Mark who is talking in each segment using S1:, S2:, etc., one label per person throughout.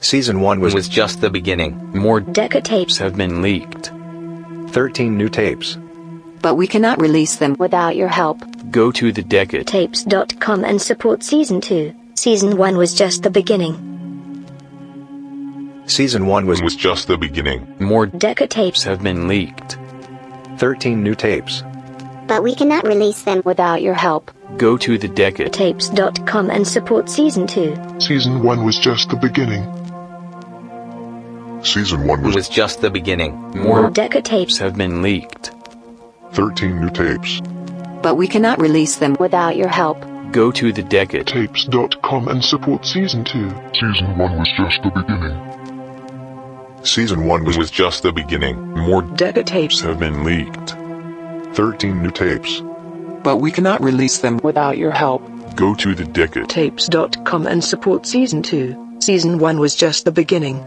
S1: Season 1 was, was just the beginning.
S2: More
S3: Deca tapes.
S2: have been leaked.
S1: 13 new tapes.
S4: But we cannot release them.
S3: Without your help,
S2: Go to the Decade.
S3: tapes.com and support season 2. Season 1 was just the beginning.
S1: Season 1 was, was
S5: was just the beginning.
S2: More
S3: Deca tapes.
S2: have been leaked.
S1: 13 new tapes.
S6: But we cannot release them.
S3: Without your help,
S2: Go to the Decade.
S3: tapes.com and support season 2.
S7: Season 1 was just the beginning.
S5: Season 1 was
S1: Was just the beginning.
S2: More
S3: Deca tapes.
S2: have been leaked.
S5: 13 new tapes.
S4: But we cannot release them.
S3: Without your help,
S2: Go to the Decade.
S7: Tapes.com and support Season 2.
S5: Season 1 was just the beginning. Season 1 was, was just the beginning. More
S4: Deca tapes.
S5: have been leaked. 13 new tapes.
S8: But we cannot release them.
S4: Without your help,
S5: Go to the Decade.
S4: tapes.com and support season 2. Season 1 was just the beginning.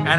S9: and